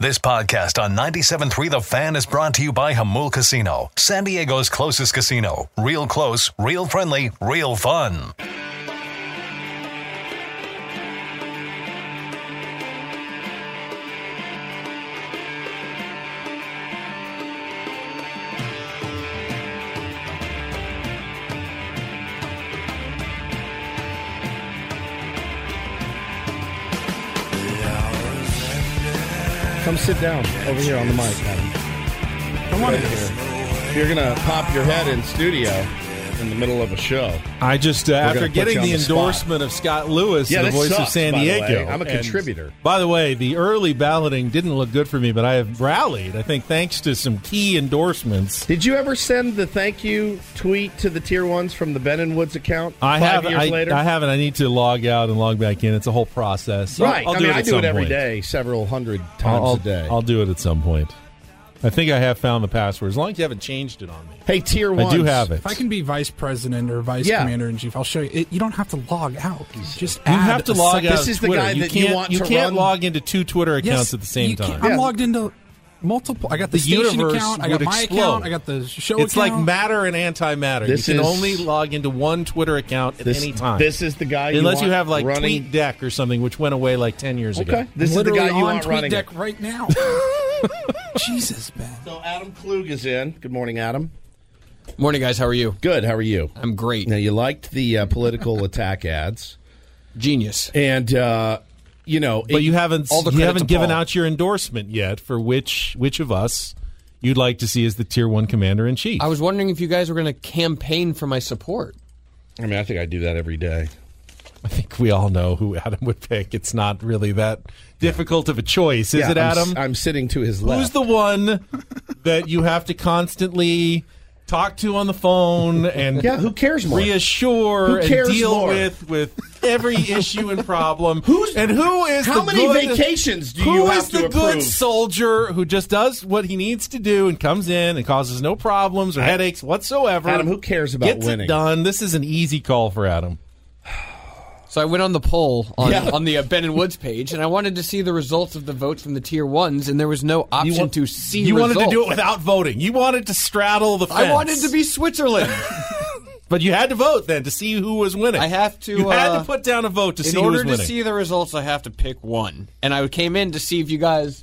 This podcast on 97.3 The Fan is brought to you by Hamul Casino, San Diego's closest casino. Real close, real friendly, real fun. Come sit down over here on the mic, Adam. Come on here. You're gonna pop your head in studio in the middle of a show. I just uh, gonna after put getting you on the, the spot. endorsement of Scott Lewis, Yeah, the this voice of sucks, San by the way. Diego. I'm a and contributor. By the way, the early balloting didn't look good for me, but I have rallied. I think thanks to some key endorsements. Did you ever send the thank you tweet to the tier ones from the Ben and Woods account? I five have. years I, later. I haven't. I need to log out and log back in. It's a whole process. So right. I'll, I do mean, it I at do some it every point. day, several hundred times I'll, a day. I'll do it at some point. I think I have found the password. As long as you haven't changed it on me, hey, tier ones. I do have it. If I can be vice president or vice Yeah. commander in chief, I'll show you. It, you don't have to log out. You Just You have to log out. This of is the Twitter. guy you that you can't, want You to can't run- log into two Twitter accounts at the same time. I'm Yeah. logged into multiple. I got the, The station universe account. I got would my explode. account. I got the show. It's like account. matter and antimatter. This you can is- only log into one Twitter account at This, any time. this is the guy. unless you, you want have like running. TweetDeck or something, which went away like ten years Okay, ago. this is the Literally guy you on want running. it. TweetDeck right now. Jesus, Ben. So Adam Klug is in. Good morning, Adam. Morning, guys. How are you? Good. How are you? I'm great. Now you liked the uh, political attack ads, Genius. and uh, you know, But it- you haven't All the you credit haven't to given Paul. out your endorsement yet for which which of us you'd like to see as the tier one commander in chief. I was wondering if you guys were going to campaign for my support. I mean, I think I do that every day. I think we all know who Adam would pick. It's not really that difficult of a choice, is Yeah, it, I'm Adam? s- I'm, sitting to his left. Who's the one that you have to constantly talk to on the phone and Yeah, who cares more? reassure Who cares and deal more? with with every issue and problem? Who's and who is How the many good- vacations do who you is have to the good approve? soldier who just does what he needs to do and comes in and causes no problems or headaches whatsoever? Adam, who cares about gets winning? it done? This is an easy call for Adam. So I went on the poll on, Yeah. on the uh, Ben and Woods page, and I wanted to see the results of the votes from the tier ones, and there was no option want- to see. you wanted to do it results. without voting. You wanted to straddle the fence. I wanted to be Switzerland. But you had to vote then to see who was winning. I have to, You had uh, to put down a vote to in see who was order to winning. see the results, I have to pick one, and I came in to see if you guys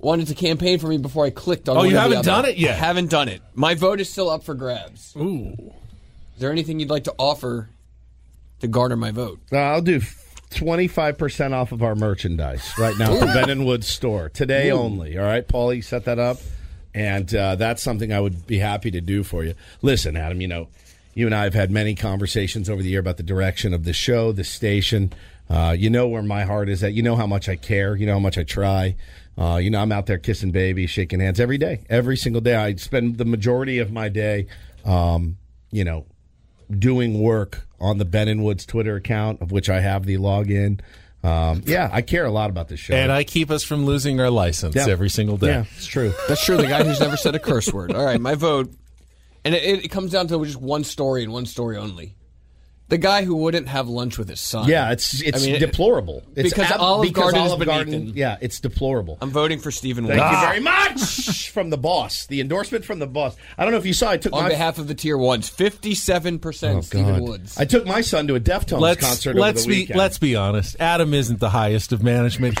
wanted to campaign for me before I clicked on. Oh, one you or the haven't other. done it yet. I haven't done it. My vote is still up for grabs. Ooh. Is there anything you'd like to offer to garner my vote? Uh, I'll do twenty five percent off of our merchandise right now at the Ben and Woods store today only. All right, Paulie, set that up, and uh, that's something I would be happy to do for you. Listen, Adam, you know, you and I have had many conversations over the year about the direction of the show, the station. Uh, you know where my heart is at. You know how much I care. You know how much I try. Uh, you know I'm out there kissing babies, shaking hands every day, every single day. I spend the majority of my day, um, you know, doing work on the Ben and Woods Twitter account, of which I have the login. Um, yeah, I care a lot about this show. and I keep us from losing our license Yeah. every single day. Yeah, it's true. That's true. The guy who's never said a curse word. All right, my vote, and it, it comes down to just one story and one story only. The guy who wouldn't have lunch with his son. Yeah, it's it's mean, it- deplorable. It's because Olive because Garden is Olive beneath Garden- them. Yeah, it's deplorable. I'm voting for Stephen Woods Thank Ah. you very much from the boss. The endorsement from the boss. I don't know if you saw. I took on my Oh, behalf of the tier ones. Fifty-seven percent Stephen God. Woods. I took my son to a Deftones Let's concert. let's over the be weekend. let's be honest. Adam isn't the highest of management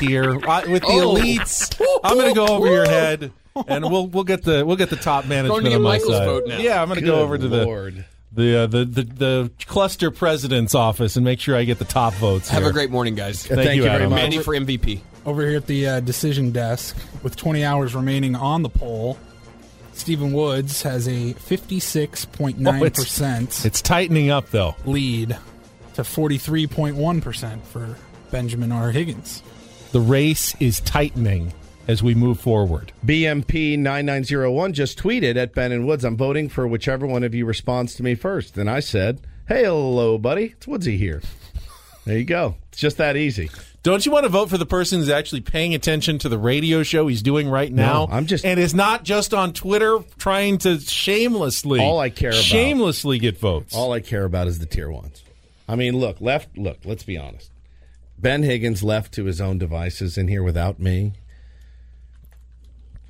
here I, with the Oh. elites. I'm going to go over your head, and we'll we'll get the we'll get the top management get on my Michael's side. vote now. Yeah, I'm going to go Good over to Lord. the the, uh, the the the cluster president's office and make sure I get the top votes. have here. a great morning, guys. Thank, you, Thank you, very Adam. much. Mandy for MVP. Over here at the uh, decision desk, with 20 hours remaining on the poll, Stephen Woods has a 56.9 Oh, it's, percent it's tightening up though. lead to 43.1 percent for Benjamin R. Higgins. The race is tightening as we move forward. BMP nine nine zero one just tweeted at Ben and Woods. I'm voting for whichever one of you responds to me first. And I said, "Hey, hello, buddy. It's Woodsy here." There you go. It's just that easy. Don't you want to vote for the person who's actually paying attention to the radio show he's doing right now? I'm just- and is not just on Twitter trying to shamelessly All I care about- shamelessly get votes. All I care about is the tier ones. I mean, look, left. Look, let's be honest. Ben Higgins left to his own devices in here without me.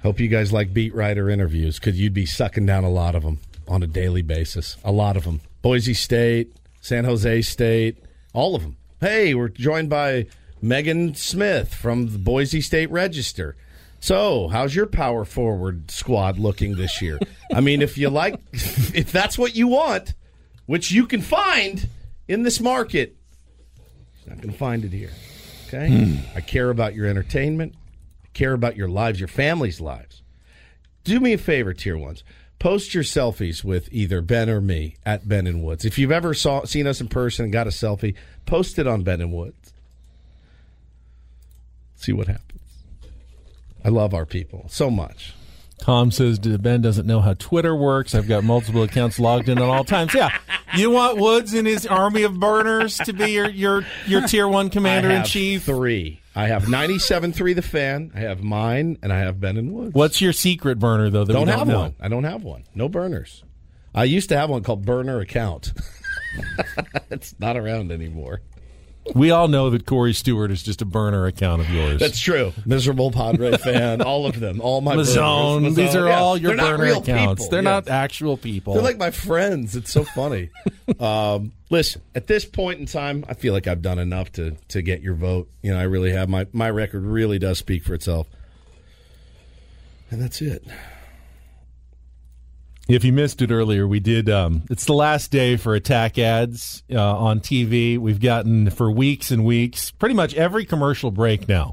Hope you guys like beat writer interviews because you'd be sucking down a lot of them on a daily basis. A lot of them. Boise State, San Jose State, all of them. Hey, we're joined by Megan Smith from the Boise State Register. So, how's your power forward squad looking this year? I mean, if you like, if that's what you want, which you can find in this market, you're not going to find it here. Okay? I care about your entertainment care about your lives, your family's lives. Do me a favor, tier ones. Post your selfies with either Ben or me at Ben and Woods. If you've ever saw seen us in person and got a selfie, post it on Ben and Woods. See what happens. I love our people so much. Tom says Ben doesn't know how Twitter works. I've got multiple accounts logged in at all times. Yeah, you want Woods and his army of burners to be your your your tier one commander I in have chief. Three. I have 97.3 The Fan. I have mine, and I have Ben and Woods. What's your secret burner though? That we don't have know? one. I don't have one. No burners. I used to have one called Burner Account. it's not around anymore. We all know that Corey Stewart is just a burner account of yours. That's true. Miserable Padre fan. All of them. All my Mazone. burners. These Mazone, are yeah. all your They're not burner real accounts. people, They're yeah. not actual people. They're like my friends. It's so funny. um, listen, at this point in time, I feel like I've done enough to to get your vote. You know, I really have. My my record really does speak for itself. And that's it. If you missed it earlier, we did. Um, it's the last day for attack ads uh, on TV. We've gotten for weeks and weeks. Pretty much every commercial break now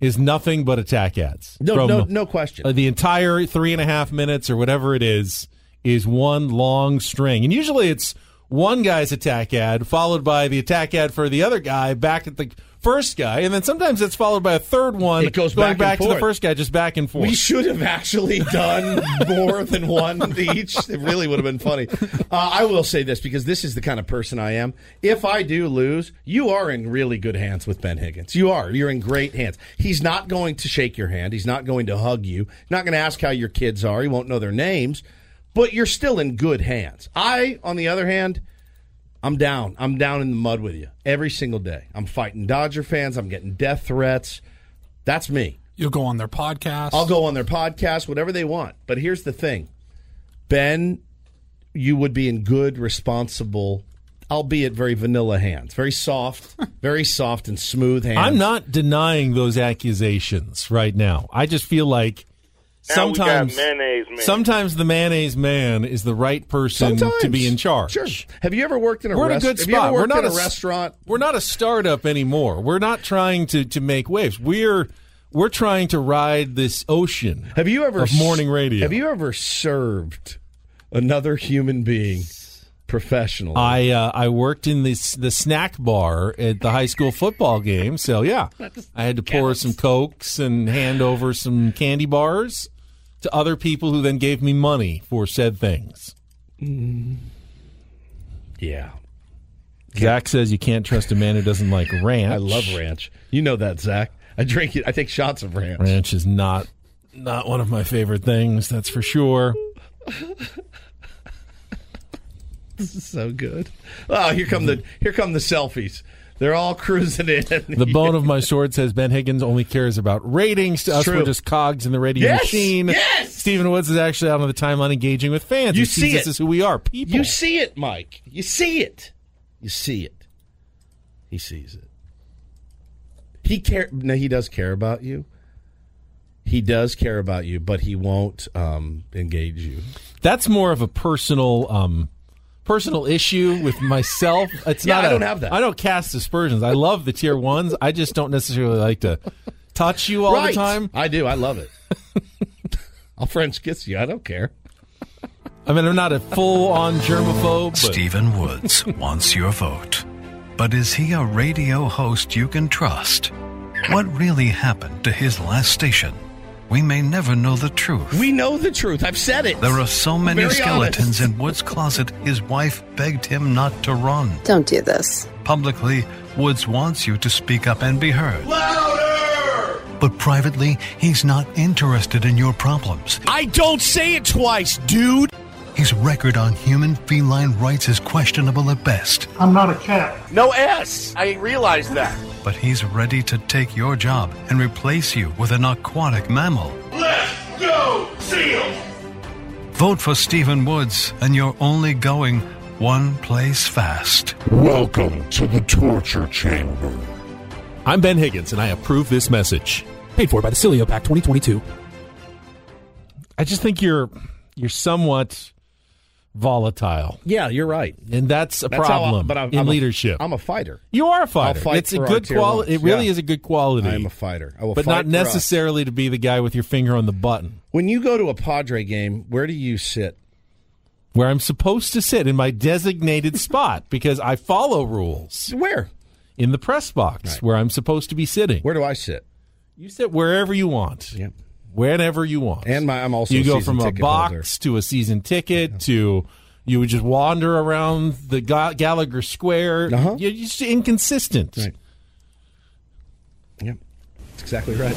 is nothing but attack ads. No, From, no, no question. uh, the entire three and a half minutes or whatever it is is one long string, and usually it's one guy's attack ad followed by the attack ad for the other guy back at the first guy, and then sometimes it's followed by a third one. It goes going back and back, to the forth. first guy, just back and forth. We should have actually done more than one each. It really would have been funny. Uh, I will say this because this is the kind of person I am. If I do lose, you are in really good hands with Ben Higgins. You are. You're in great hands. He's not going to shake your hand. He's not going to hug you. Not going to ask how your kids are. He won't know their names. But you're still in good hands. I, on the other hand, I'm down. I'm down in the mud with you every single day. I'm fighting Dodger fans. I'm getting death threats. That's me. You'll go on their podcast. I'll go on their podcast, whatever they want. But here's the thing Ben, you would be in good, responsible, albeit very vanilla hands, very soft, very soft and smooth hands. I'm not denying those accusations right now. I just feel like Now we got sometimes mayonnaise man. sometimes the mayonnaise man is the right person Sometimes. to be in charge. Sure. Have you ever worked in a We're in a restaurant? good Have you spot. ever We're worked not in a a s- restaurant? We're not a startup anymore. We're not trying to to make waves. We're we're trying to ride this ocean. Have you ever of morning radio? Have you ever served another human being professionally? I uh, I worked in this the snack bar at the high school football game, so yeah, I had to pour some cokes and hand over some candy bars to other people who then gave me money for said things. yeah. Zach says you can't trust a man who doesn't like ranch. I love ranch. You know that, Zach. I drink it. I take shots of ranch. Ranch is not not one of my favorite things, that's for sure. so good. Oh, here come the here come the selfies. They're all cruising in. The bone of my sword says Ben Higgins only cares about ratings. To us, true. we're just cogs in the radio Yes! machine. Yes! Stephen Woods is actually out on the timeline engaging with fans. You he sees see this it. is who we are, people. you see it, Mike. You see it. You see it. He sees it. He care. No, he does care about you. He does care about you, but he won't um, engage you. That's more of a personal um, personal issue with myself. It's Yeah, not. I a- don't have that. I don't cast aspersions. I love the tier ones. I just don't necessarily like to touch you all the time. I do. I love it. I'll French kiss you. I don't care. I mean, I'm not a full on germaphobe. But Stephen Woods wants your vote. But is he a radio host you can trust? What really happened to his last station? We may never know the truth. We know the truth. I've said it. there are so many Very skeletons honest. in Woods' closet, his wife begged him not to run. Don't do this. Publicly, Woods wants you to speak up and be heard. Louder! But privately, he's not interested in your problems. I don't say it twice, dude. His record on human feline rights is questionable at best. I'm not a cat. No S. I realized that. But he's ready to take your job and replace you with an aquatic mammal. Go Seals! Vote for Stephen Woods, and you're only going one place fast. Welcome to the torture chamber. I'm Ben Higgins, and I approve this message. Paid for by the Cilio Pack 2022. I just think you're you're somewhat volatile, Yeah, you're right. and that's a That's how I- problem but I'm, in I'm a- leadership. I'm a fighter. you are a fighter. fight it's a for our good tier quality. It ones, really yeah. is a good quality. I am a fighter. I will but fight not for us. necessarily to be the guy with your finger on the button. When you go to a Padre game, where do you sit? Where I'm supposed to sit in my designated spot because I follow rules Where? in the press box where I'm supposed to be sitting. Where do I sit? You sit wherever you want, Yeah. whenever you want. And my, I'm also you a go season from a ticket box holder. to a season ticket to you would just wander around the Ga- Gallagher Square. Uh-huh. You're just inconsistent. Right. Yep. That's exactly right.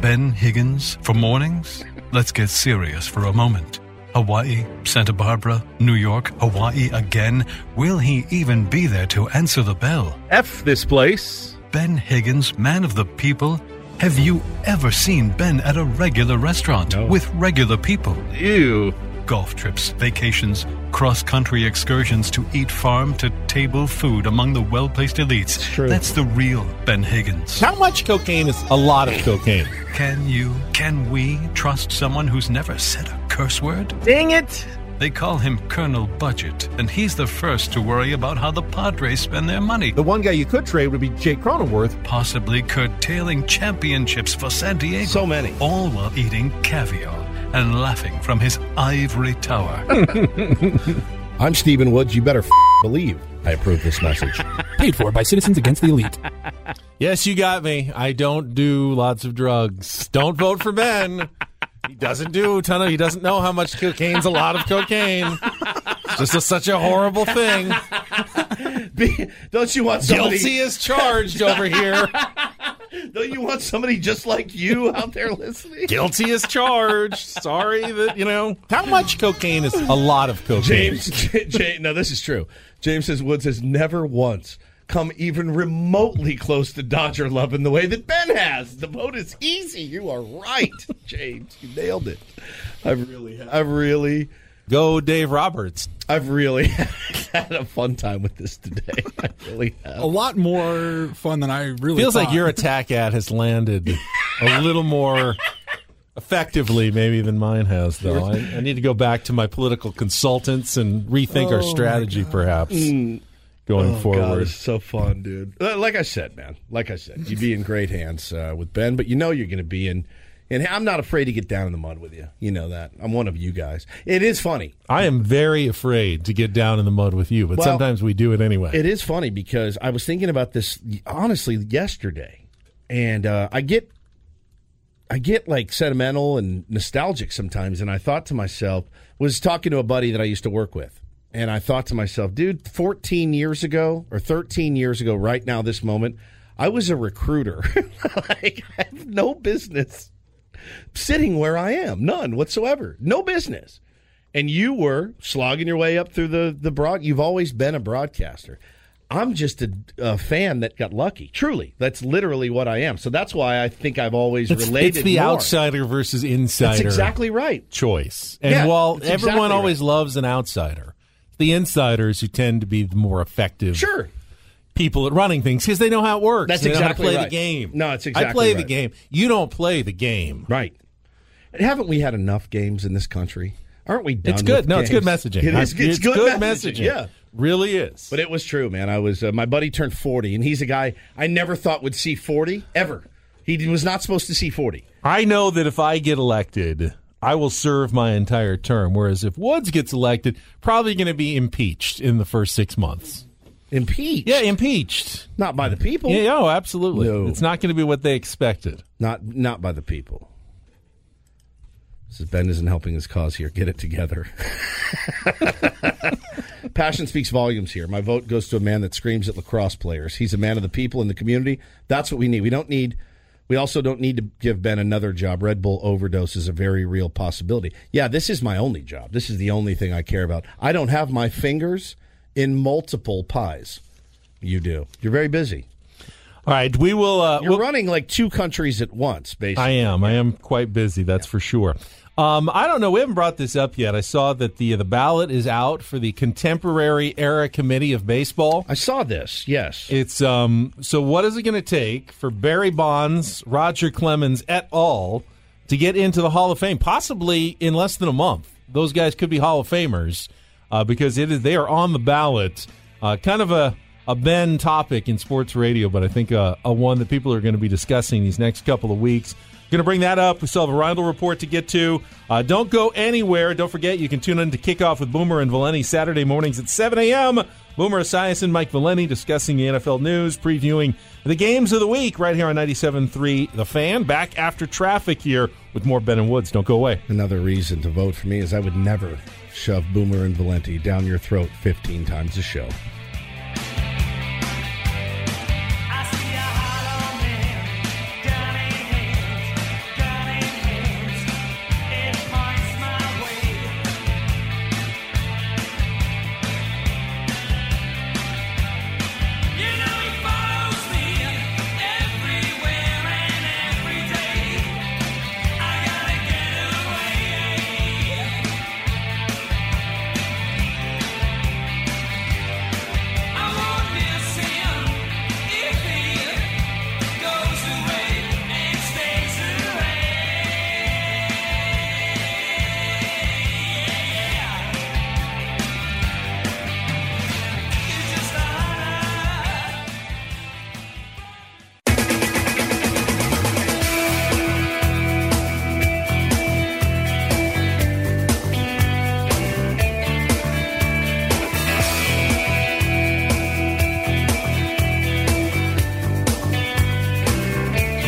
Ben Higgins for mornings? Let's get serious for a moment. Hawaii, Santa Barbara, New York, Hawaii again. Will he even be there to answer the bell? F this place. Ben Higgins, man of the people. Have you ever seen Ben at a regular restaurant with regular people? Ew. Golf trips, vacations, cross country excursions to eat farm to table food among the well placed elites. true. That's the real Ben Higgins. How much cocaine is a lot of cocaine? Can you, can we trust someone who's never said a curse word? Dang it. They call him Colonel Budget, and he's the first to worry about how the Padres spend their money, The one guy you could trade would be Jake Cronenworth. possibly curtailing championships for San Diego. So many. All while eating caviar and laughing from his ivory tower. Hmm. I'm Stephen Woods. You better f- believe I approve this message. Paid for by Citizens Against the Elite. Yes, you got me. I don't do lots of drugs. Don't vote for Ben. He doesn't do a ton of. He doesn't know how much cocaine's a lot of cocaine. It's just a, such a horrible thing. Be- don't you want Guilty as charged over here. Don't you want somebody just like you out there listening? Guilty as charged. Sorry that you know how much cocaine is a lot of cocaine. James, J- J- no, this is true. James says Woods has never once come even remotely close to Dodger love in the way that Ben has. The vote is easy. You are right, James. You nailed it. I've really, I've really, go Dave Roberts. I've really had a fun time with this today. I really have. A lot more fun than I really Feels like thought. your attack ad has landed a little more effectively, maybe than mine has. Though I, I need to go back to my political consultants and rethink Oh, our strategy, perhaps going Mm. God, forward. it's so fun, dude. Uh, Like I said, man. Like I said, you'd be in great hands uh, with Ben, but you know you're going to be in. And I'm not afraid to get down in the mud with you. You know that. I'm one of you guys. It is funny. I am very afraid to get down in the mud with you, but Well, sometimes we do it anyway. It is funny because I was thinking about this honestly yesterday, and uh, I get, I get like sentimental and nostalgic sometimes. And I thought to myself, was talking to a buddy that I used to work with, and I thought to myself, dude, 14 years ago or 13 years ago, right now, this moment, I was a recruiter. like I have no business sitting where I am, none whatsoever, no business and you were slogging your way up through the the broad. You've always been a broadcaster. I'm just a, a fan that got lucky. Truly, that's literally what I am. So that's why I think I've always it's, related. it's the more. outsider versus That's insider exactly right. choice. And Yeah, while that's everyone exactly always loves an outsider, it's the insiders who tend to be the more effective Sure. people at running things because they know how it works. That's They know how to exactly play right. the game. No, it's I exactly play the right. game. You don't play the game. Right. And haven't we had enough games in this country? Aren't we done? It's good. with No, it's good games? messaging. It is. I- It's, good, messaging. Yeah. really is. But it was true, man. I was uh, my buddy turned forty, and he's a guy I never thought would see forty ever. He was not supposed to see forty. I know that if I get elected, I will serve my entire term. Whereas if Woods gets elected, probably going to be impeached in the first six months. Impeached. Yeah, impeached. Not by the people. Yeah, yeah, oh, absolutely. No. It's not going to be what they expected. Not not by the people. This is Ben isn't helping his cause here. Get it together. Passion speaks volumes here. My vote goes to a man that screams at lacrosse players. He's a man of the people in the community. That's what we need. We don't need. We also don't need to give Ben another job. Red Bull overdose is a very real possibility. Yeah, this is my only job. This is the only thing I care about. I don't have my fingers in multiple pies. You do. You're very busy. All right, we will. Uh, You're we'll- running like two countries at once, basically. I am. I am quite busy. That's for sure. Um, I don't know. We haven't brought this up yet. I saw that the the ballot is out for the contemporary era committee of baseball. I, saw this. Yes. It's um. So what is it going to take for Barry Bonds, Roger Clemens, et al. to get into the Hall of Fame? Possibly in less than a month. Those guys could be Hall of Famers uh, because it is they are on the ballot. Uh, kind of a a Ben topic in sports radio, but I think uh, a one that people are going to be discussing these next couple of weeks. Going to bring that up. We still have a Rindle report to get to. Uh, don't go anywhere. Don't forget, you can tune in to Kickoff with Boomer and Valenti Saturday mornings at 7 a.m. Boomer Esiason, Mike Valenti discussing the NFL news, previewing the games of the week right here on 97.3 The Fan. Back after traffic here with more Ben and Woods. Don't go away. Another reason to vote for me is I would never shove Boomer and Valenti down your throat 15 times a show.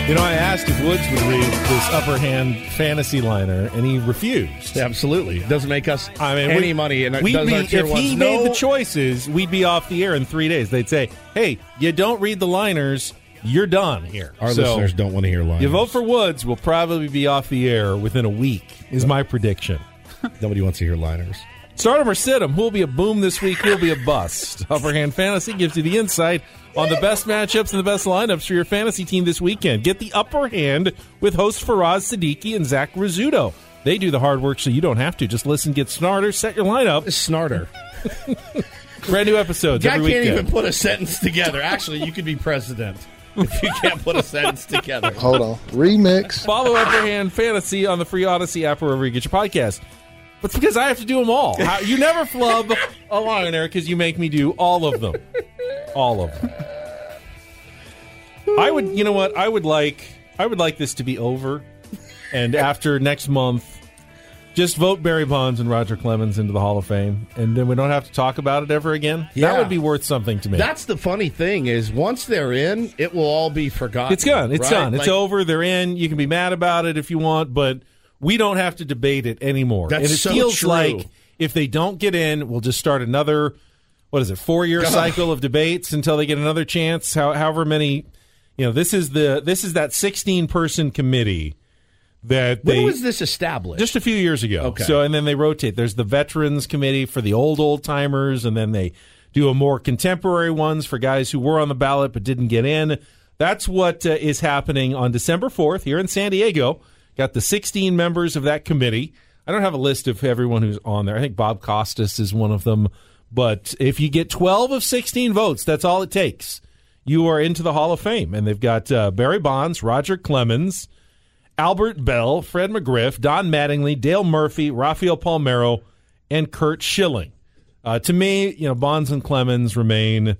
You know, I asked if Woods would read this upper hand fantasy liner, and he refused. Absolutely. It doesn't make us I mean, any we- money. And it we'd does be, our tier if ones he no, made the choices, we'd be off the air in three days. They'd say, "Hey, you don't read the liners, you're done here." Our So, listeners don't want to hear lines. You vote for Woods, we'll probably be off the air within a week. Is my prediction. Nobody wants to hear liners. Start him or sit him. Who'll be a boom this week? Who'll be a bust? Upper Hand Fantasy gives you the insight on the best matchups and the best lineups for your fantasy team this weekend. Get the upper hand with hosts Faraz Siddiqui and Zach Rizzuto. They do the hard work so you don't have to. Just listen, get smarter, set your lineup. Snarter. Brand new episodes I every can't weekend. even put a sentence together. Actually, you could be president if you can't put a sentence together. Hold on. Remix. Follow Upper Hand Fantasy on the free Odyssey app or wherever you get your podcast. That's because I have to do them all. How- You never flub a liner because you make me do all of them. All of them. I would, you know what? I would like, I would like this to be over, and after next month, just vote Barry Bonds and Roger Clemens into the Hall of Fame, and then we don't have to talk about it ever again. That Yeah. would be worth something to me. That's the funny thing is once they're in, it will all be forgotten. It's gone. It's right? done. It's Like, over. They're in. You can be mad about it if you want, but we don't have to debate it anymore. That's and it so feels true. like if they don't get in, we'll just start another what is it, four year cycle of debates until they get another chance. How, however many you know, this is the this is that sixteen person committee that When they was this established? just a few years ago. Okay. So and then they rotate. There's the veterans committee for the old old timers, and then they do a more contemporary ones for guys who were on the ballot but didn't get in. That's what uh, is happening on December 4th here in San Diego. Got the 16 members of that committee. I don't have a list of everyone who's on there. I think Bob Costas is one of them. But if you get 12 of 16 votes, that's all it takes. You are into the Hall of Fame. And they've got uh, Barry Bonds, Roger Clemens, Albert Bell, Fred McGriff, Don Mattingly, Dale Murphy, Rafael Palmero, and Kurt Schilling. Uh, to me, you know, Bonds and Clemens remain,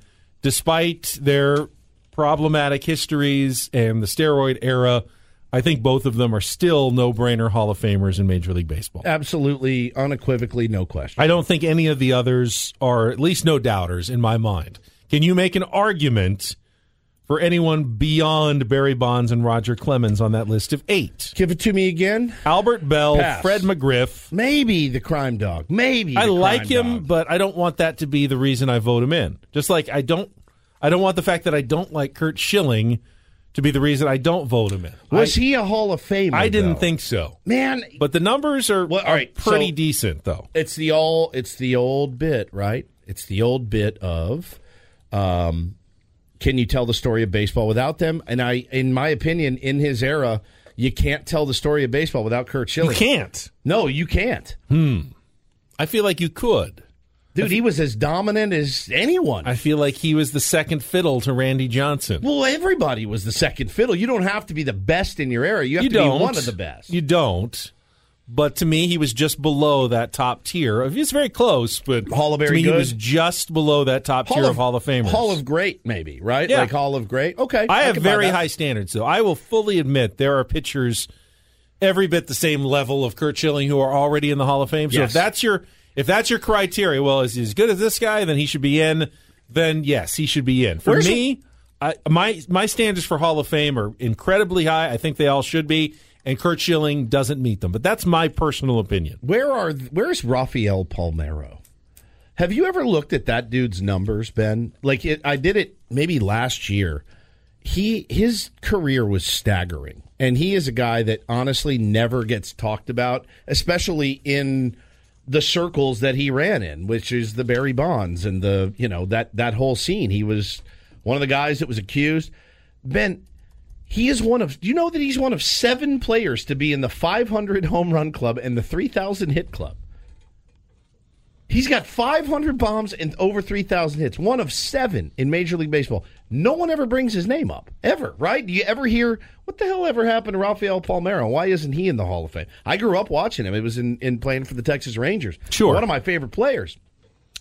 despite their problematic histories and the steroid era. I think both of them are still no-brainer Hall of Famers in Major League Baseball. absolutely, unequivocally, no question. I don't think any of the others are at least no doubters in my mind. Can you make an argument for anyone beyond Barry Bonds and Roger Clemens on that list of eight? Give it to me again. Albert Bell, Pass. Fred McGriff. Maybe the crime dog. Maybe I the like crime him, dog. but I don't want that to be the reason I vote him in. Just like I don't, I don't want the fact that I don't like Kurt Schilling to be the reason I don't vote him in. was I, he a Hall of Famer? I didn't though? think so, Man, but the numbers are, Well, all are right, pretty so- decent though. it's the all it's the old bit, right? It's the old bit of um can you tell the story of baseball without them? And I, in my opinion, in his era, you can't tell the story of baseball without Kurt Schilling. You can't. No, you can't, I feel like you could. dude. He was as dominant as anyone. I feel like he was the second fiddle to Randy Johnson. well, everybody was the second fiddle. You don't have to be the best in your era. You have you to don't be one of the best. You don't. But to me, he was just below that top tier. He was very close, but Hall of to Very me, he good? was just below that top tier of, Hall of Famers. Hall of Great, maybe right? Yeah. Like Hall of Great. Okay, I have can buy very that. high standards, though. I will fully admit there are pitchers every bit the same level of Kurt Schilling who are already in the Hall of Fame. So if Yes. that's your if that's your criteria, well, is he as good as this guy? Then he should be in. Then yes, he should be in. For Where's me, I, my my standards for Hall of Fame are incredibly high. I think they all should be, and Kurt Schilling doesn't meet them. But that's my personal opinion. Where are where's Rafael Palmero? Have you ever looked at that dude's numbers, Ben? Like it, I did it maybe last year. He his career was staggering, and he is a guy that honestly never gets talked about, especially in the circles that he ran in, which is the Barry Bonds and the you know that that whole scene. He was one of the guys that was accused. Ben, he is one of. Do you know that he's one of seven players to be in the 500 home run club and the 3,000 hit club? He's got 500 bombs and over 3,000 hits. One of seven in Major League Baseball. No one ever brings his name up ever, right? Do you ever hear what the hell ever happened to Rafael Palmero? Why isn't he in the Hall of Fame? I grew up watching him. It was in, in playing for the Texas Rangers. Sure. one of my favorite players.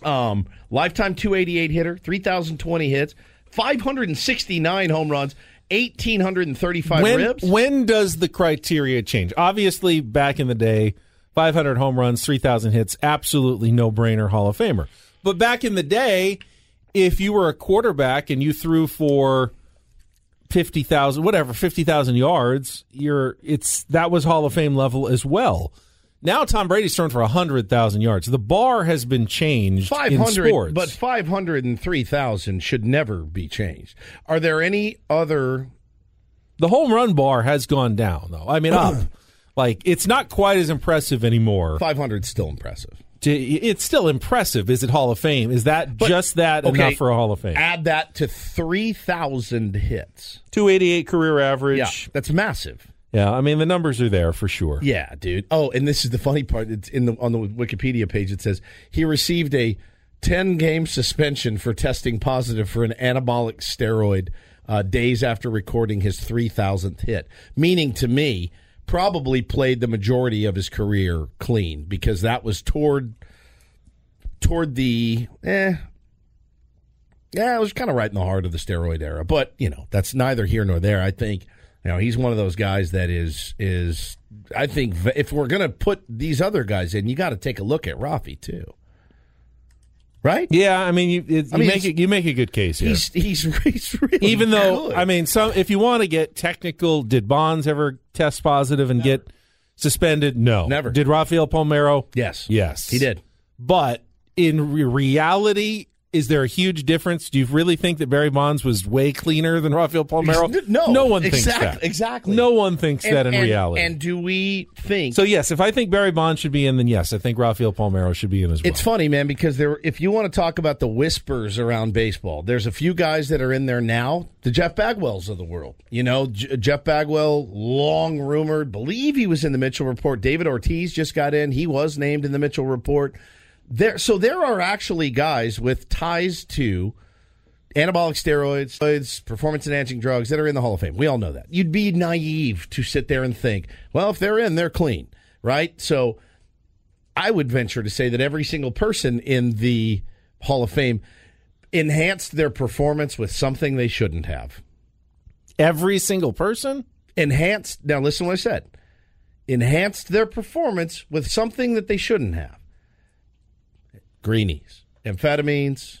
Um, lifetime 288 hitter, 3,020 hits, 569 home runs, 1,835 when, ribs. When does the criteria change? Obviously, back in the day, 500 home runs, 3,000 hits, absolutely no brainer Hall of Famer. But back in the day, if you were a quarterback and you threw for 50,000, whatever, 50,000 yards, you're, it's, that was Hall of Fame level as well. Now Tom Brady's thrown for 100,000 yards. The bar has been changed in 500 sports. but 503,000 should never be changed. Are there any other The home run bar has gone down, though. I mean, up. Like, it's not quite as impressive anymore. 500 's still impressive? to, it's still impressive. Is it Hall of Fame? Is that just that enough for a Hall of Fame? Add that to 3,000 hits. 288 career average. Yeah, that's massive. Yeah, I mean, the numbers are there for sure. Yeah, dude. Oh, and this is the funny part. It's in the on the Wikipedia page. It says he received a ten game suspension for testing positive for an anabolic steroid uh, days after recording his three thousandth hit. Meaning to me, probably played the majority of his career clean because that was toward toward the eh. Yeah, it was kind of right in the heart of the steroid era, but you know that's neither here nor there. I think you know he's one of those guys that is is I think v- if we're gonna put these other guys in, you got to take a look at Rafi too, right? Yeah, I mean, you, it, mean, you make it's- it, you make a good case here. He's he's he's really Even though, good. I mean, some if you want to get technical, did Bonds ever test positive and get suspended? No, Never. Did Rafael Palmero? yes Yes, he did. But in re- reality, is there a huge difference? Do you really think that Barry Bonds was way cleaner than Rafael Palmero? No, no one thinks exactly- that. exactly. no one thinks that in And- reality. and do we think so yes, if I think Barry Bonds should be in, then yes, I think Rafael Palmero should be in as well. It's funny, man, because there. If you want to talk about the whispers around baseball, there's a few guys that are in there now. The Jeff Bagwells of the world, you know, J- Jeff Bagwell, long rumored, believe he was in the Mitchell report. David Ortiz just got in; he was named in the Mitchell report. There, so there are actually guys with ties to anabolic steroids, steroids, performance enhancing drugs that are in the Hall of Fame. We all know that. You'd be naive to sit there and think, well, if they're in, they're clean, right? So I would venture to say that every single person in the Hall of Fame enhanced their performance with something they shouldn't have. Every single person. Enhanced, now listen what I said. Enhanced their performance with something that they shouldn't have. Greenies, amphetamines,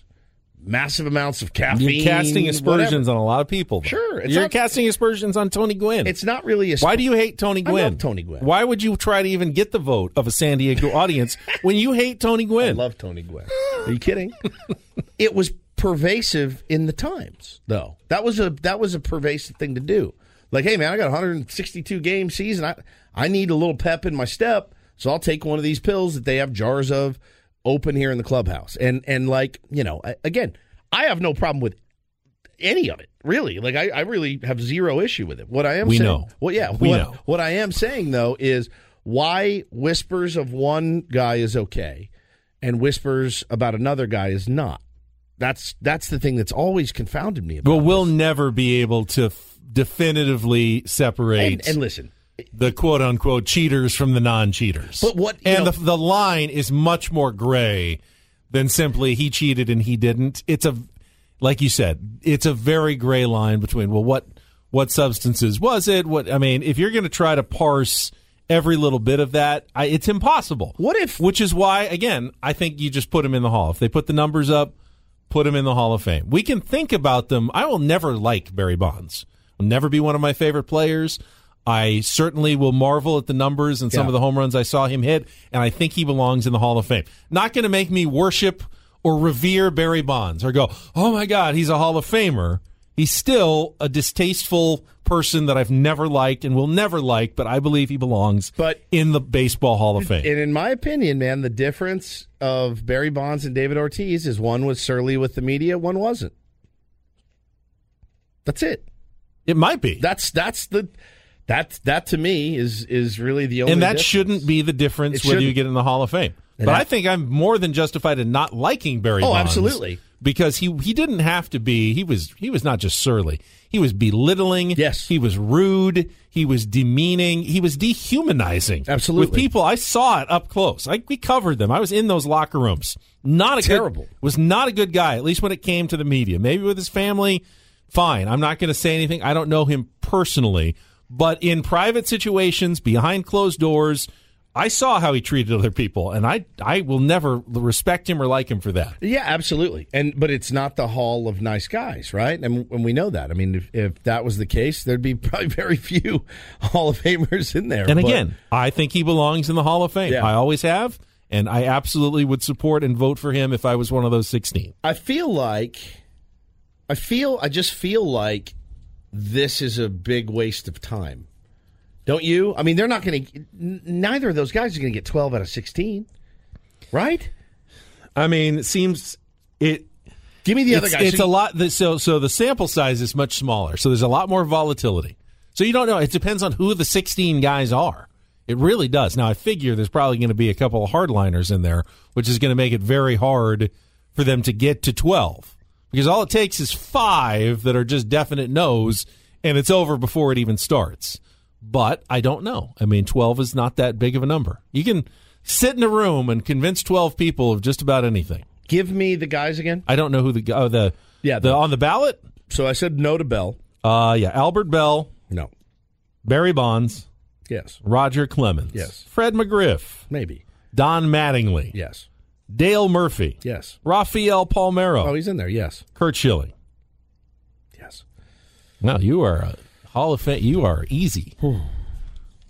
massive amounts of caffeine. You're casting whatever. aspersions on a lot of people. though. Sure, it's you're not- casting aspersions on Tony Gwynn. It's not really a. Why do you hate Tony I Gwynn? love Tony Gwynn. Why would you try to even get the vote of a San Diego audience when you hate Tony I Gwynn? love Tony Gwynn. Are you kidding? it was pervasive in the times, though. That was a that was a pervasive thing to do. Like, hey man, I got 162 game season. I I need a little pep in my step, so I'll take one of these pills that they have jars of open here in the clubhouse. And and like you know, I, again, I have no problem with any of it, really. Like I, I really have zero issue with it. What I am We saying, know. Well, yeah, We what, know. What I am saying though is why whispers of one guy is okay, and whispers about another guy is not. That's that's the thing that's always confounded me. About Well, we'll this. never be able to f- definitively separate and, and listen, the quote unquote cheaters from the non cheaters. But what- you and know- the, the line is much more gray than simply he cheated and he didn't. It's a like you said, it's a very gray line between well what what substances was it? What I mean, if you're going to try to parse every little bit of that, I, it's impossible. What if- which is why again, I think you just put him in the hall. If they put the numbers up, put him in the Hall of Fame. We can think about them. I will never like Barry Bonds. Will never be one of my favorite players. I certainly will marvel at the numbers and some of the home runs I saw him hit, and I think he belongs in the Hall of Fame. Not going to make me worship or revere Barry Bonds or go, oh my God, he's a Hall of Famer. He's still a distasteful person that I've never liked and will never like, but I believe he belongs But- in the Baseball Hall of Fame. and in my opinion, man, the difference of Barry Bonds and David Ortiz is one was surly with the media, one wasn't. That's it. it might be. That's that's the that that to me is is really the only and that difference. shouldn't be the It difference whether you shouldn't. get in the Hall of Fame. but I- I think I'm more than justified in not liking Barry. Oh, Bonds absolutely. Because he he didn't have to be. He was he was not just surly. He was belittling. Yes. He was rude. He was demeaning. He was dehumanizing. Absolutely. With people, I saw it up close. I, we covered them. I was in those locker rooms. Not a good- Terrible. was not a good guy. At least when it came to the media. Maybe with his family, fine. I'm not going to say anything. I don't know him personally, but in private situations, behind closed doors. I saw how he treated other people, and I I will never respect him or like him for that. Yeah, absolutely. And but it's not the hall of nice guys, right? And, and we know that. I mean, if, if that was the case, there'd be probably very few Hall of Famers in there. And But- again, I think he belongs in the Hall of Fame. Yeah. I always have, and I absolutely would support and vote for him if I was one of those 16. I feel like I feel I just feel like this is a big waste of time. Don't you? I mean, they're not going to neither of those guys are going to get 12 out of 16. Right? I mean, it seems it Give me the other it's, guy. it's So a you- lot. that- So so the sample size is much smaller. So there's a lot more volatility. So you don't know. It depends on who the 16 guys are. It really does. Now I figure there's probably going to be a couple of hardliners in there, which is going to make it very hard for them to get to 12 because all it takes is five that are just definite no's, and it's over before it even starts. But I don't know. I mean, 12 is not that big of a number. You can sit in a room and convince 12 people of just about anything. Give me the guys again. I don't know who the gu- oh, the Yeah, the, the- on the ballot. So I said no to Bell. Uh, yeah, Albert Bell, No. Barry Bonds, Yes. Roger Clemens, Yes. Fred McGriff, Maybe. Don Mattingly, Yes. Dale Murphy, Yes. Rafael Oh, Palmero, he's in there. Yes. Kurt Schilling. Yes. No, you are a Hall of Fame. You are easy.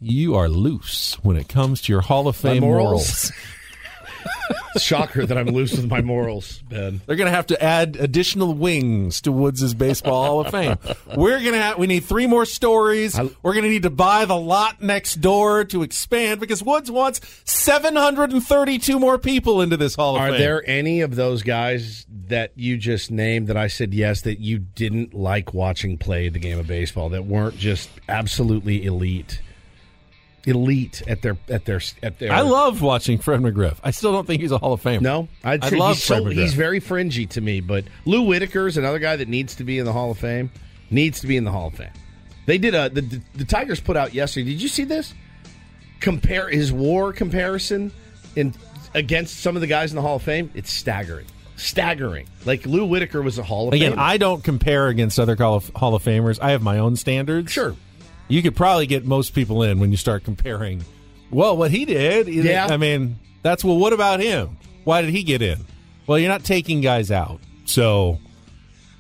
You are loose when it comes to your Hall of Fame morals? morals. Shocker that I'm loose with my morals, Ben. They're going to have to add additional wings to Woods' Baseball Hall of Fame. We're going to have, we need three more stories. We're going to need to buy the lot next door to expand because Woods wants 732 more people into this Hall of Are Fame. there any of those guys that you just named that I said yes that you didn't like watching play the game of baseball that weren't just absolutely elite, elite at their at their at their? I love watching Fred McGriff. I still don't think he's a Hall of Famer. No, I'd I say love he's, so, Fred McGriff. he's very fringy to me. But Lou Whitaker's another guy that needs to be in the Hall of Fame. Needs to be in the Hall of Fame. They did a the, the, the Tigers put out yesterday. Did you see this? Compare his WAR comparison in against some of the guys in the Hall of Fame. It's staggering, staggering. Like Lou Whitaker was a Hall of Again, Famer. I don't compare against other Hall of, Hall of Famers. I have my own standards. sure. You could probably get most people in when you start comparing. Well, what he did. you know, Yeah. I mean, that's well, what about him? Why did he get in? Well, you're not taking guys out. So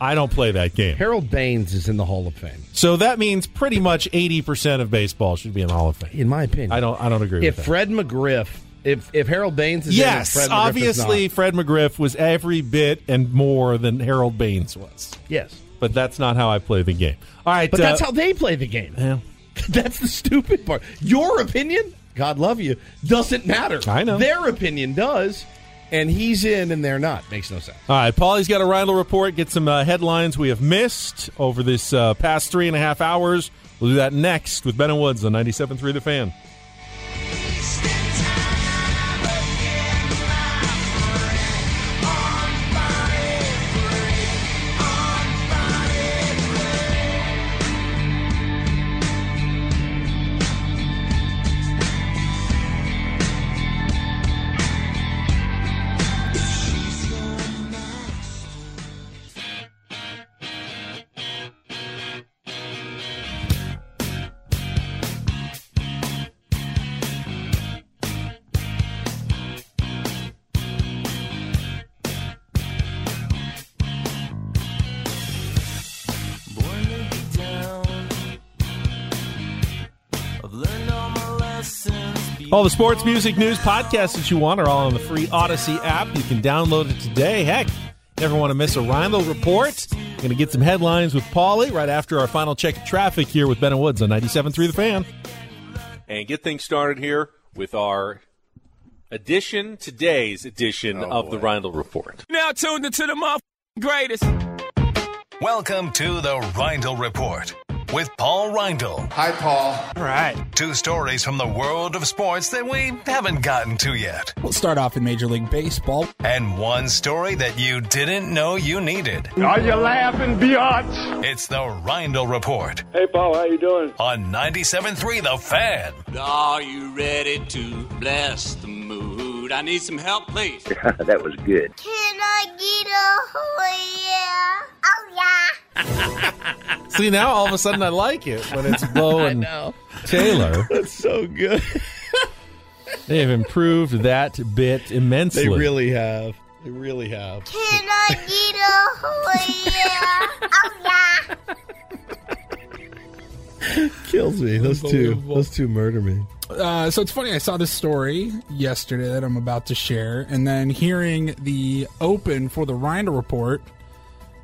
I don't play that game. Harold Baines is in the Hall of Fame, So that means pretty much 80% of baseball should be in the Hall of Fame. in my opinion. I don't I don't agree If with that. Fred McGriff, if if Harold Baines is yes, in, and Fred McGriff is not. obviously Fred McGriff was every bit and more than Harold Baines was. yes. But that's not how I play the game. All right, But uh, that's how they play the game. Yeah. That's the stupid part. Your opinion, God love you, doesn't matter. I know. Their opinion does. and he's in and they're not. Makes no sense. All right, Paulie's got a Rindle report. Get some uh, headlines we have missed over this uh, past three and a half hours. We'll do that next with Ben and Woods on 97.3 The Fan. All the sports, music, news, podcasts that you want are all on the free Odyssey app. You can download it today. Heck, never want to miss a Rindle report. Going to get some headlines with Paulie right after our final check of traffic here with Ben and Woods on 97.3 The Fan. And get things started here with our edition, today's edition Oh, of the Rindle report. Now tuned into the mother greatest. Welcome to the Reindl Report with Paul Reindl. Hi, Paul. All right. Two stories from the world of sports that we haven't gotten to yet, We'll start off in Major League Baseball. and one story that you didn't know you needed. Are you laughing, biatch? It's the Reindl Report Hey, Paul, how you doing? on 97.3 The Fan. Are you ready to bless the mood? I need some help, please. that was good. Can I get a oh yeah? Oh yeah. See, now all of a sudden I like it when it's Bo and Taylor. That's so good. They have improved that bit immensely. They really have. They really have. Can I get a oh yeah? Oh yeah. Kills me. Those two. Those two murder me. Uh, so it's funny. I saw this story yesterday that I'm about to share, and then hearing the open for the Rinder report,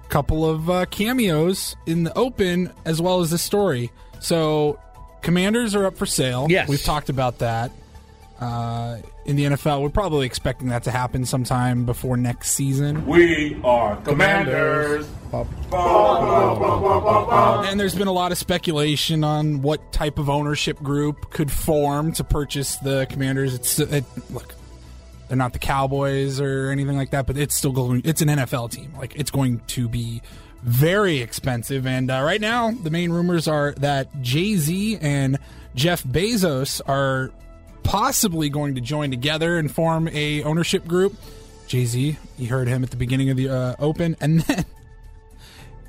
couple of uh, cameos in the open as well as this story. So Commanders are up for sale. Yes. we've talked about that. Uh, in the NFL, we're probably expecting that to happen sometime before next season. We are commanders. And there's been a lot of speculation on what type of ownership group could form to purchase the Commanders. It's it, look, they're not the Cowboys or anything like that, but it's still going. It's an NFL team. Like it's going to be very expensive. And uh, right now, the main rumors are that Jay Z and Jeff Bezos are possibly going to join together and form a ownership group. Jay Z, you heard him at the beginning of the uh, Open, and then.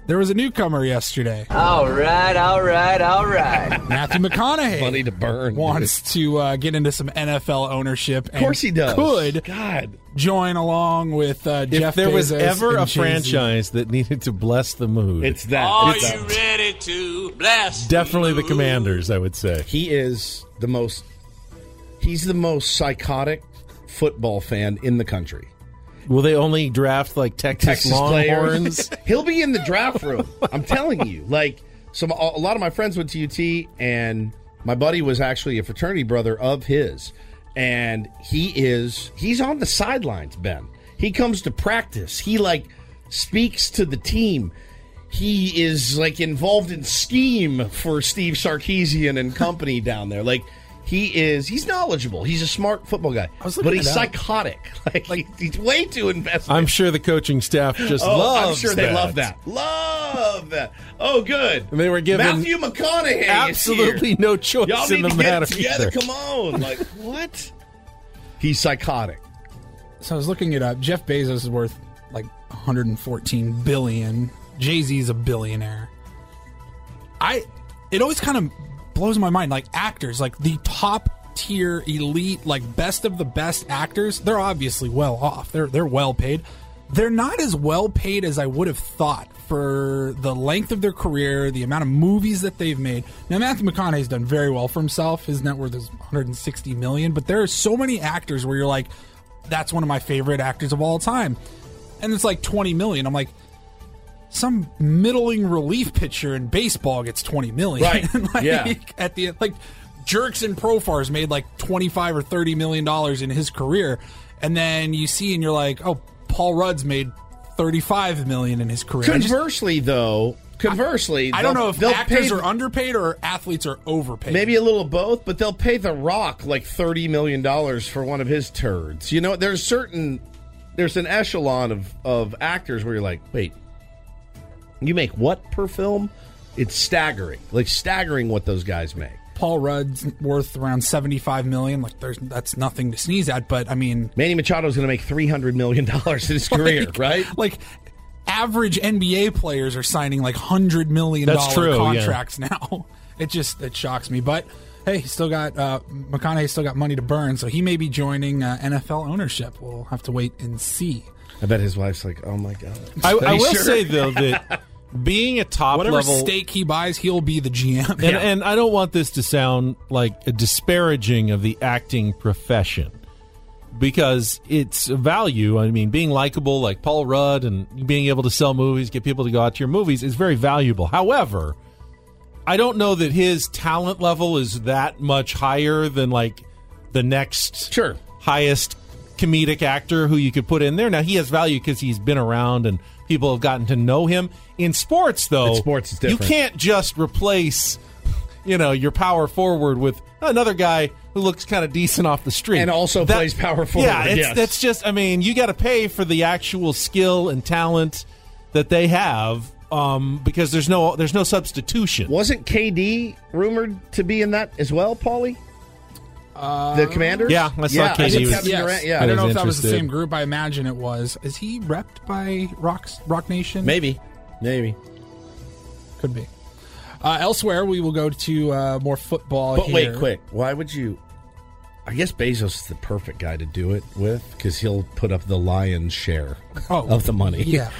There was a newcomer yesterday. All right, all right, all right. Matthew McConaughey Money to burn. wants to uh, get into some NFL ownership. Of course he does. Could God. join along with uh, If Jeff. there was Bezos ever and a Jay-Z. franchise that needed to bless the mood, It's that. Are It's you that. ready to bless? definitely the mood? Commanders, I would say. He is the most. He's the most psychotic football fan in the country. Will they only draft like Texas, Longhorns? He'll be in the draft room. I'm telling you. Like some, a lot of my friends went to UT, and my buddy was actually a fraternity brother of his, and he is he's on the sidelines. Ben, he comes to practice. He like speaks to the team. He is like involved in scheme for Steve Sarkeesian and company down there. Like he is, he's knowledgeable. He's a smart football guy, was but looking he's it up. psychotic. Like, he's way too invested. I'm sure the coaching staff just Oh, loves I'm sure they love that. Love that. Oh, good. And they were given Matthew McConaughey. is Absolutely here. no choice Y'all in need the to matter. get together. either. Come on. Like what? He's psychotic. So I was looking it up. Jeff Bezos is worth like 114 billion. Jay Z's a billionaire. I. It always kind of blows my mind. Like actors, like the top tier elite, like best of the best actors, they're obviously well off. They're they're well paid. They're not as well paid as I would have thought for the length of their career, the amount of movies that they've made. Now Matthew McConaughey's done very well for himself. His net worth is 160 million, but there are so many actors where you're like, that's one of my favorite actors of all time. And it's like 20 million. I'm like, some middling relief pitcher in baseball gets 20 million. Right. like, Yeah. At the like, jerks and profars made like 25 or 30 million dollars in his career and then you see and you're like oh paul rudd's made 35 million in his career I just- Conversely, though, conversely, I don't they'll- know if they'll actors pay- are underpaid or athletes are overpaid. Maybe a little of both, but they'll pay The Rock like thirty million dollars for one of his turds. You know, there's certain there's an echelon of of actors where you're like, wait, you make what per film? It's staggering, like staggering what those guys make. Paul Rudd's worth around seventy-five million. Like, there's that's nothing to sneeze at. But I mean, Manny Machado's going to make three hundred million dollars in his career, right? Like, average NBA players are signing like hundred million That's true, dollar yeah. contracts now. It just it shocks me. But hey, he's still got uh, McConaughey still got money to burn, so he may be joining uh, NFL ownership. We'll have to wait and see. I bet his wife's like, oh my god. I, Are I you will sure? say though that being a top Whatever level stake he buys, he'll be the GM. And, and I don't want this to sound like a disparaging of the acting profession because it's a value. I mean, being likable like Paul Rudd and being able to sell movies, get people to go out to your movies is very valuable. However, I don't know that his talent level is that much higher than like the next sure highest comedic actor who you could put in there. Now he has value because he's been around and people have gotten to know him. In sports, though, In sports, it's different. You can't just replace, you know, your power forward with another guy who looks kind of decent off the street And also plays power forward, Yeah, it's, yes. that's just. I mean, you got to pay for the actual skill and talent that they have um, because there's no there's no substitution. Wasn't KD rumored to be in that as well, Paulie? the Commanders? Yeah, I saw yeah, KD think was- Kevin Yes. Durant, yeah. I don't know if that was the same group. I imagine it was. Is he repped by Rocks, Rock Nation? Maybe. Maybe. Could be. Uh, elsewhere, we will go to uh, more football. But here. wait, quick. Why would you? I guess Bezos is the perfect guy to do it with because he'll put up the lion's share Oh, of the money. yeah.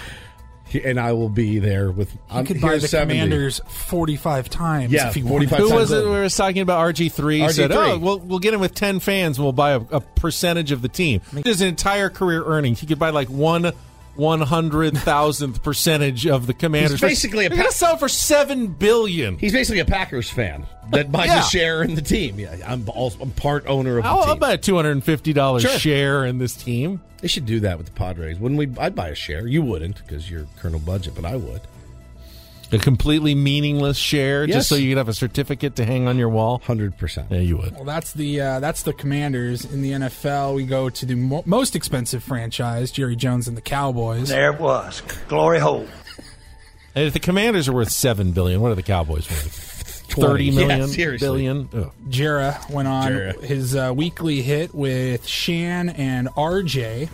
He- and I will be there with. He could buy the Commanders forty-five times. Um, Yeah, if he 45 wanted. Who was it we were talking about? RG three said, RG3. "Oh, we'll we'll get him with ten fans. and We'll buy a, a percentage of the team." His entire career earnings, he could buy like one one hundred thousandth percentage of the Commanders. basically a They're gonna sell for seven billion. He's basically a Packers fan that buys Yeah. a share in the team. Yeah, I'm also I'm part owner of the I'll, I'll team. buy a two hundred and fifty dollars Sure. share in this team. They should do that with the Padres. Wouldn't we? I'd buy a share. You wouldn't because you're Colonel Budget, but I would. A completely meaningless share, Yes. just so you could have a certificate to hang on your wall. Hundred percent. Yeah, you would. Well, that's the uh, that's the Commanders in the NFL. We go to the mo- most expensive franchise, Jerry Jones and the Cowboys. There it was. Glory hole. And if the Commanders are worth seven billion, what are the Cowboys worth? Thirty million Yeah, seriously. billion? Ugh. Jera went on Jera. his uh, weekly hit with Shan and RJ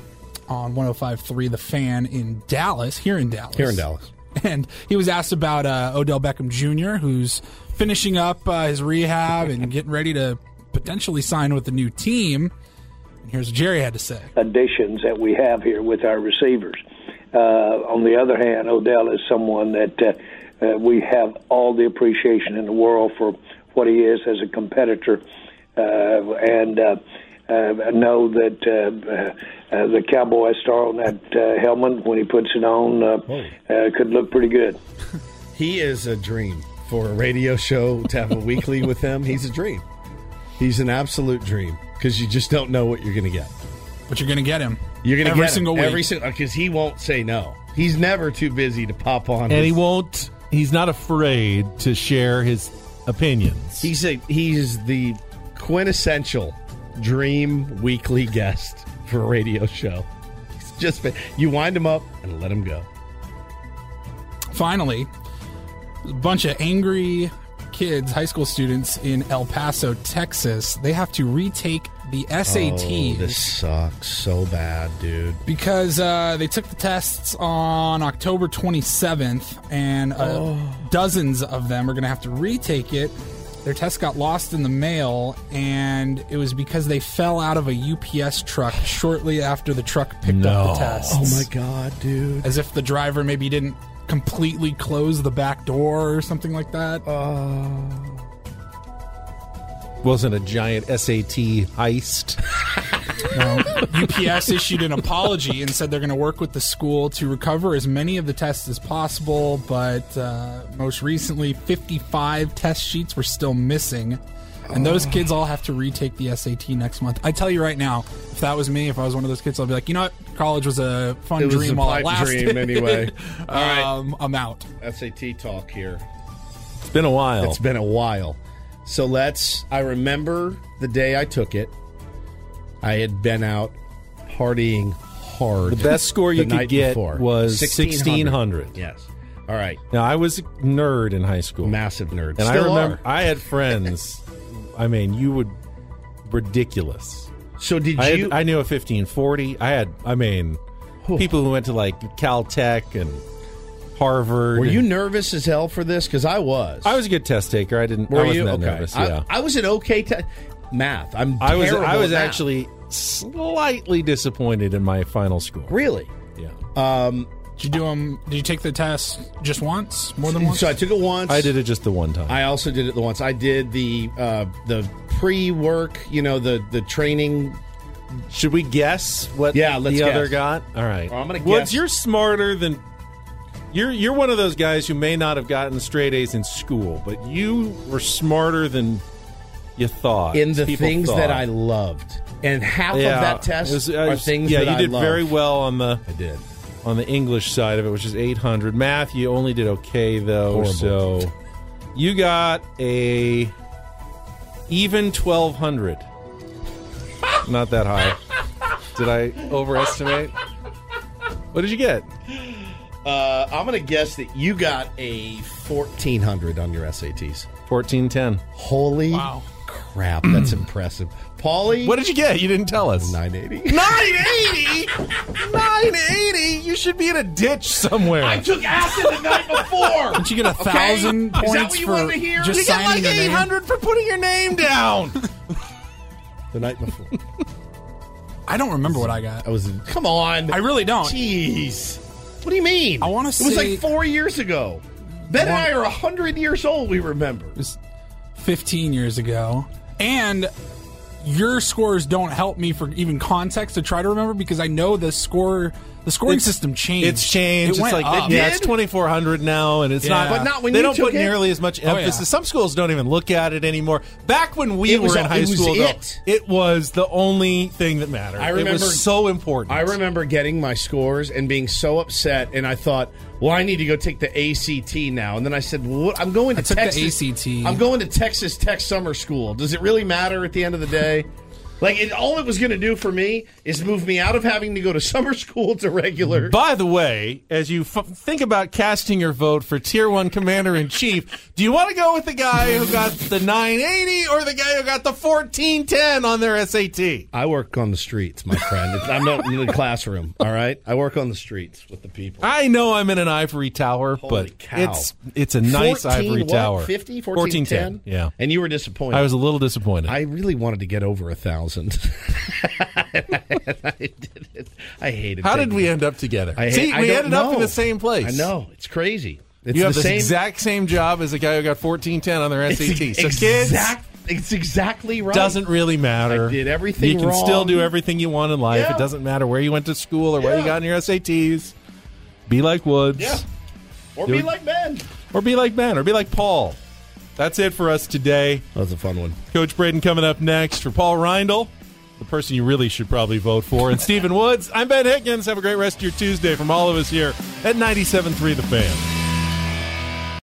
on 105.3 The Fan in Dallas, here in Dallas. Here in Dallas. And he was asked about uh, Odell Beckham Jr., who's finishing up uh, his rehab and getting ready to potentially sign with a new team. And here's what Jerry had to say. additions that we have here with our receivers. Uh, on the other hand, Odell is someone that uh, uh, we have all the appreciation in the world for what he is as a competitor, uh, and uh, uh, I know that uh, uh, the cowboy star on that uh, helmet when he puts it on uh, uh, could look pretty good. He is a dream for a radio show to have a weekly with him. He's a dream. He's an absolute dream because you just don't know what you're going to get. But you're going to get him. You're going to Every get him single week. every single because he won't say no. He's never too busy to pop on. and he his- won't. He's not afraid to share his opinions. He's a he's the quintessential dream weekly guest for a radio show. He's just been- you wind him up and let him go. Finally, a bunch of angry kids, high school students in El Paso, Texas, they have to retake the Oh, SAT this sucks so bad, dude. because uh, they took the tests on October 27th, and uh, Oh. dozens of them are going to have to retake it. Their test got lost in the mail, and it was because they fell out of a UPS truck shortly after the truck picked up the tests. Oh my god, dude. As if the driver maybe didn't completely close the back door or something like that. wasn't a giant SAT heist. No. UPS issued an apology and said they're going to work with the school to recover as many of the tests as possible, but uh, most recently, 55 test sheets were still missing. And those kids all have to retake the SAT next month. I tell you right now, if that was me, if I was one of those kids, I'd be like, you know what? College was a fun It was dream a while it pipe lasted. dream anyway. Uh, all right. um, I'm out. SAT talk here. It's been a while. It's been a while. So let's. I remember the day I took it. I had been out partying hard. The best score you the could night get before. was 1600. 1600. Yes. All right. Now I was a nerd in high school, massive nerd, and I Still remember are. I had friends. I mean, you would ridiculous. So did I had- you- I knew a fifteen forty. I had. I mean, people who went to like Caltech and Harvard. Were and- you nervous as hell for this? Because I was. I was a good test taker. I didn't. Were I wasn't you? that okay. nervous. I, yeah. I was an okay te- math. I'm. I was. terrible I was at math. actually slightly disappointed in my final score. Really? Yeah. Um, did you do them? Did you take the test just once, more than once? So I took it once. I did it just the one time. I also did it the once. I did the uh, the pre work, you know, the the training. Should we guess what yeah, let's the guess. other got? All right. Well, I'm gonna Woods, guess- you're smarter than you're you're one of those guys who may not have gotten straight A's in school, but you were smarter than you thought. in the people things thought. that I loved. And half Yeah, of that it test was- I are was- things yeah, that you I did loved. very well on the I did. on the English side of it, which is 800. Math, you only did okay though, Horrible. so you got a even 1200. Not that high. Did I overestimate? What did you get? Uh, I'm going to guess that you got a 1400 on your SATs. 1410. Holy crap, that's impressive. Paulie, What did you get? You didn't tell us. 980. 980? 980? You should be in a ditch somewhere. I took acid the night before. Did you get a thousand Is that points what you for wanted to hear? just you got signing like your name? 800 for putting your name down. The night before. I don't remember what I got. I was Come on. I really don't. Jeez. What do you mean? I wanna It was say- like 4 years ago. Ben and I are 100 years old, we remember. was 15 years ago. And your scores don't help me for even context to try to remember because I know the score the scoring It's- system changed. It's changed. It it's went like up. yeah, it's twenty four hundred now, and it's Yeah. not. But not when they you don't took put it. nearly as much Oh, yeah. emphasis. Some schools don't even look at it anymore. Back when we It were was in all- high it was school, though, it. it was the only thing that mattered. I remember it was so important. I remember getting my scores and being so upset, and I thought, "Well, I need to go take the ACT now." And then I said, well, "What? I'm going to I took the Texas. ACT. I'm going to Texas Tech summer school. Does it really matter at the end of the day?" like, it, all it was going to do for me is move me out of having to go to summer school to regular. By the way, as you f- think about casting your vote for Tier One Commander in Chief, do you want to go with the guy who got the nine eighty or the guy who got the fourteen ten on their SAT? I work on the streets, my friend. It's- I'm not in the classroom. All right, I work on the streets with the people. I know I'm in an ivory tower, Holy but cow. it's it's a nice 14 ivory what? tower. 50, 14, 1410? Yeah. And you were disappointed. I was a little disappointed. I really wanted to get over a thousand. I did it. I hated. How did taking we it. end up together? I hate, See, I we don't ended up in know. the same place. I know it's crazy. It's You have the the same exact same job as the guy who got 1410 on their it's SAT. ex- so kids, exact- it's exactly right. doesn't really matter. I did everything You can still wrong. do everything you want in life. Yeah. It doesn't matter where you went to school or what you Yeah. got in your SATs. Be like Woods. Yeah. Or do be it. like Ben. Or be like Ben. Or be like Paul. That's it for us today. That was a fun one. Coach Braden coming up next for Paul Reindl, the person you really should probably vote for, and Stephen Woods. I'm Ben Higgins. Have a great rest of your Tuesday from all of us here at 97.3 The Fan.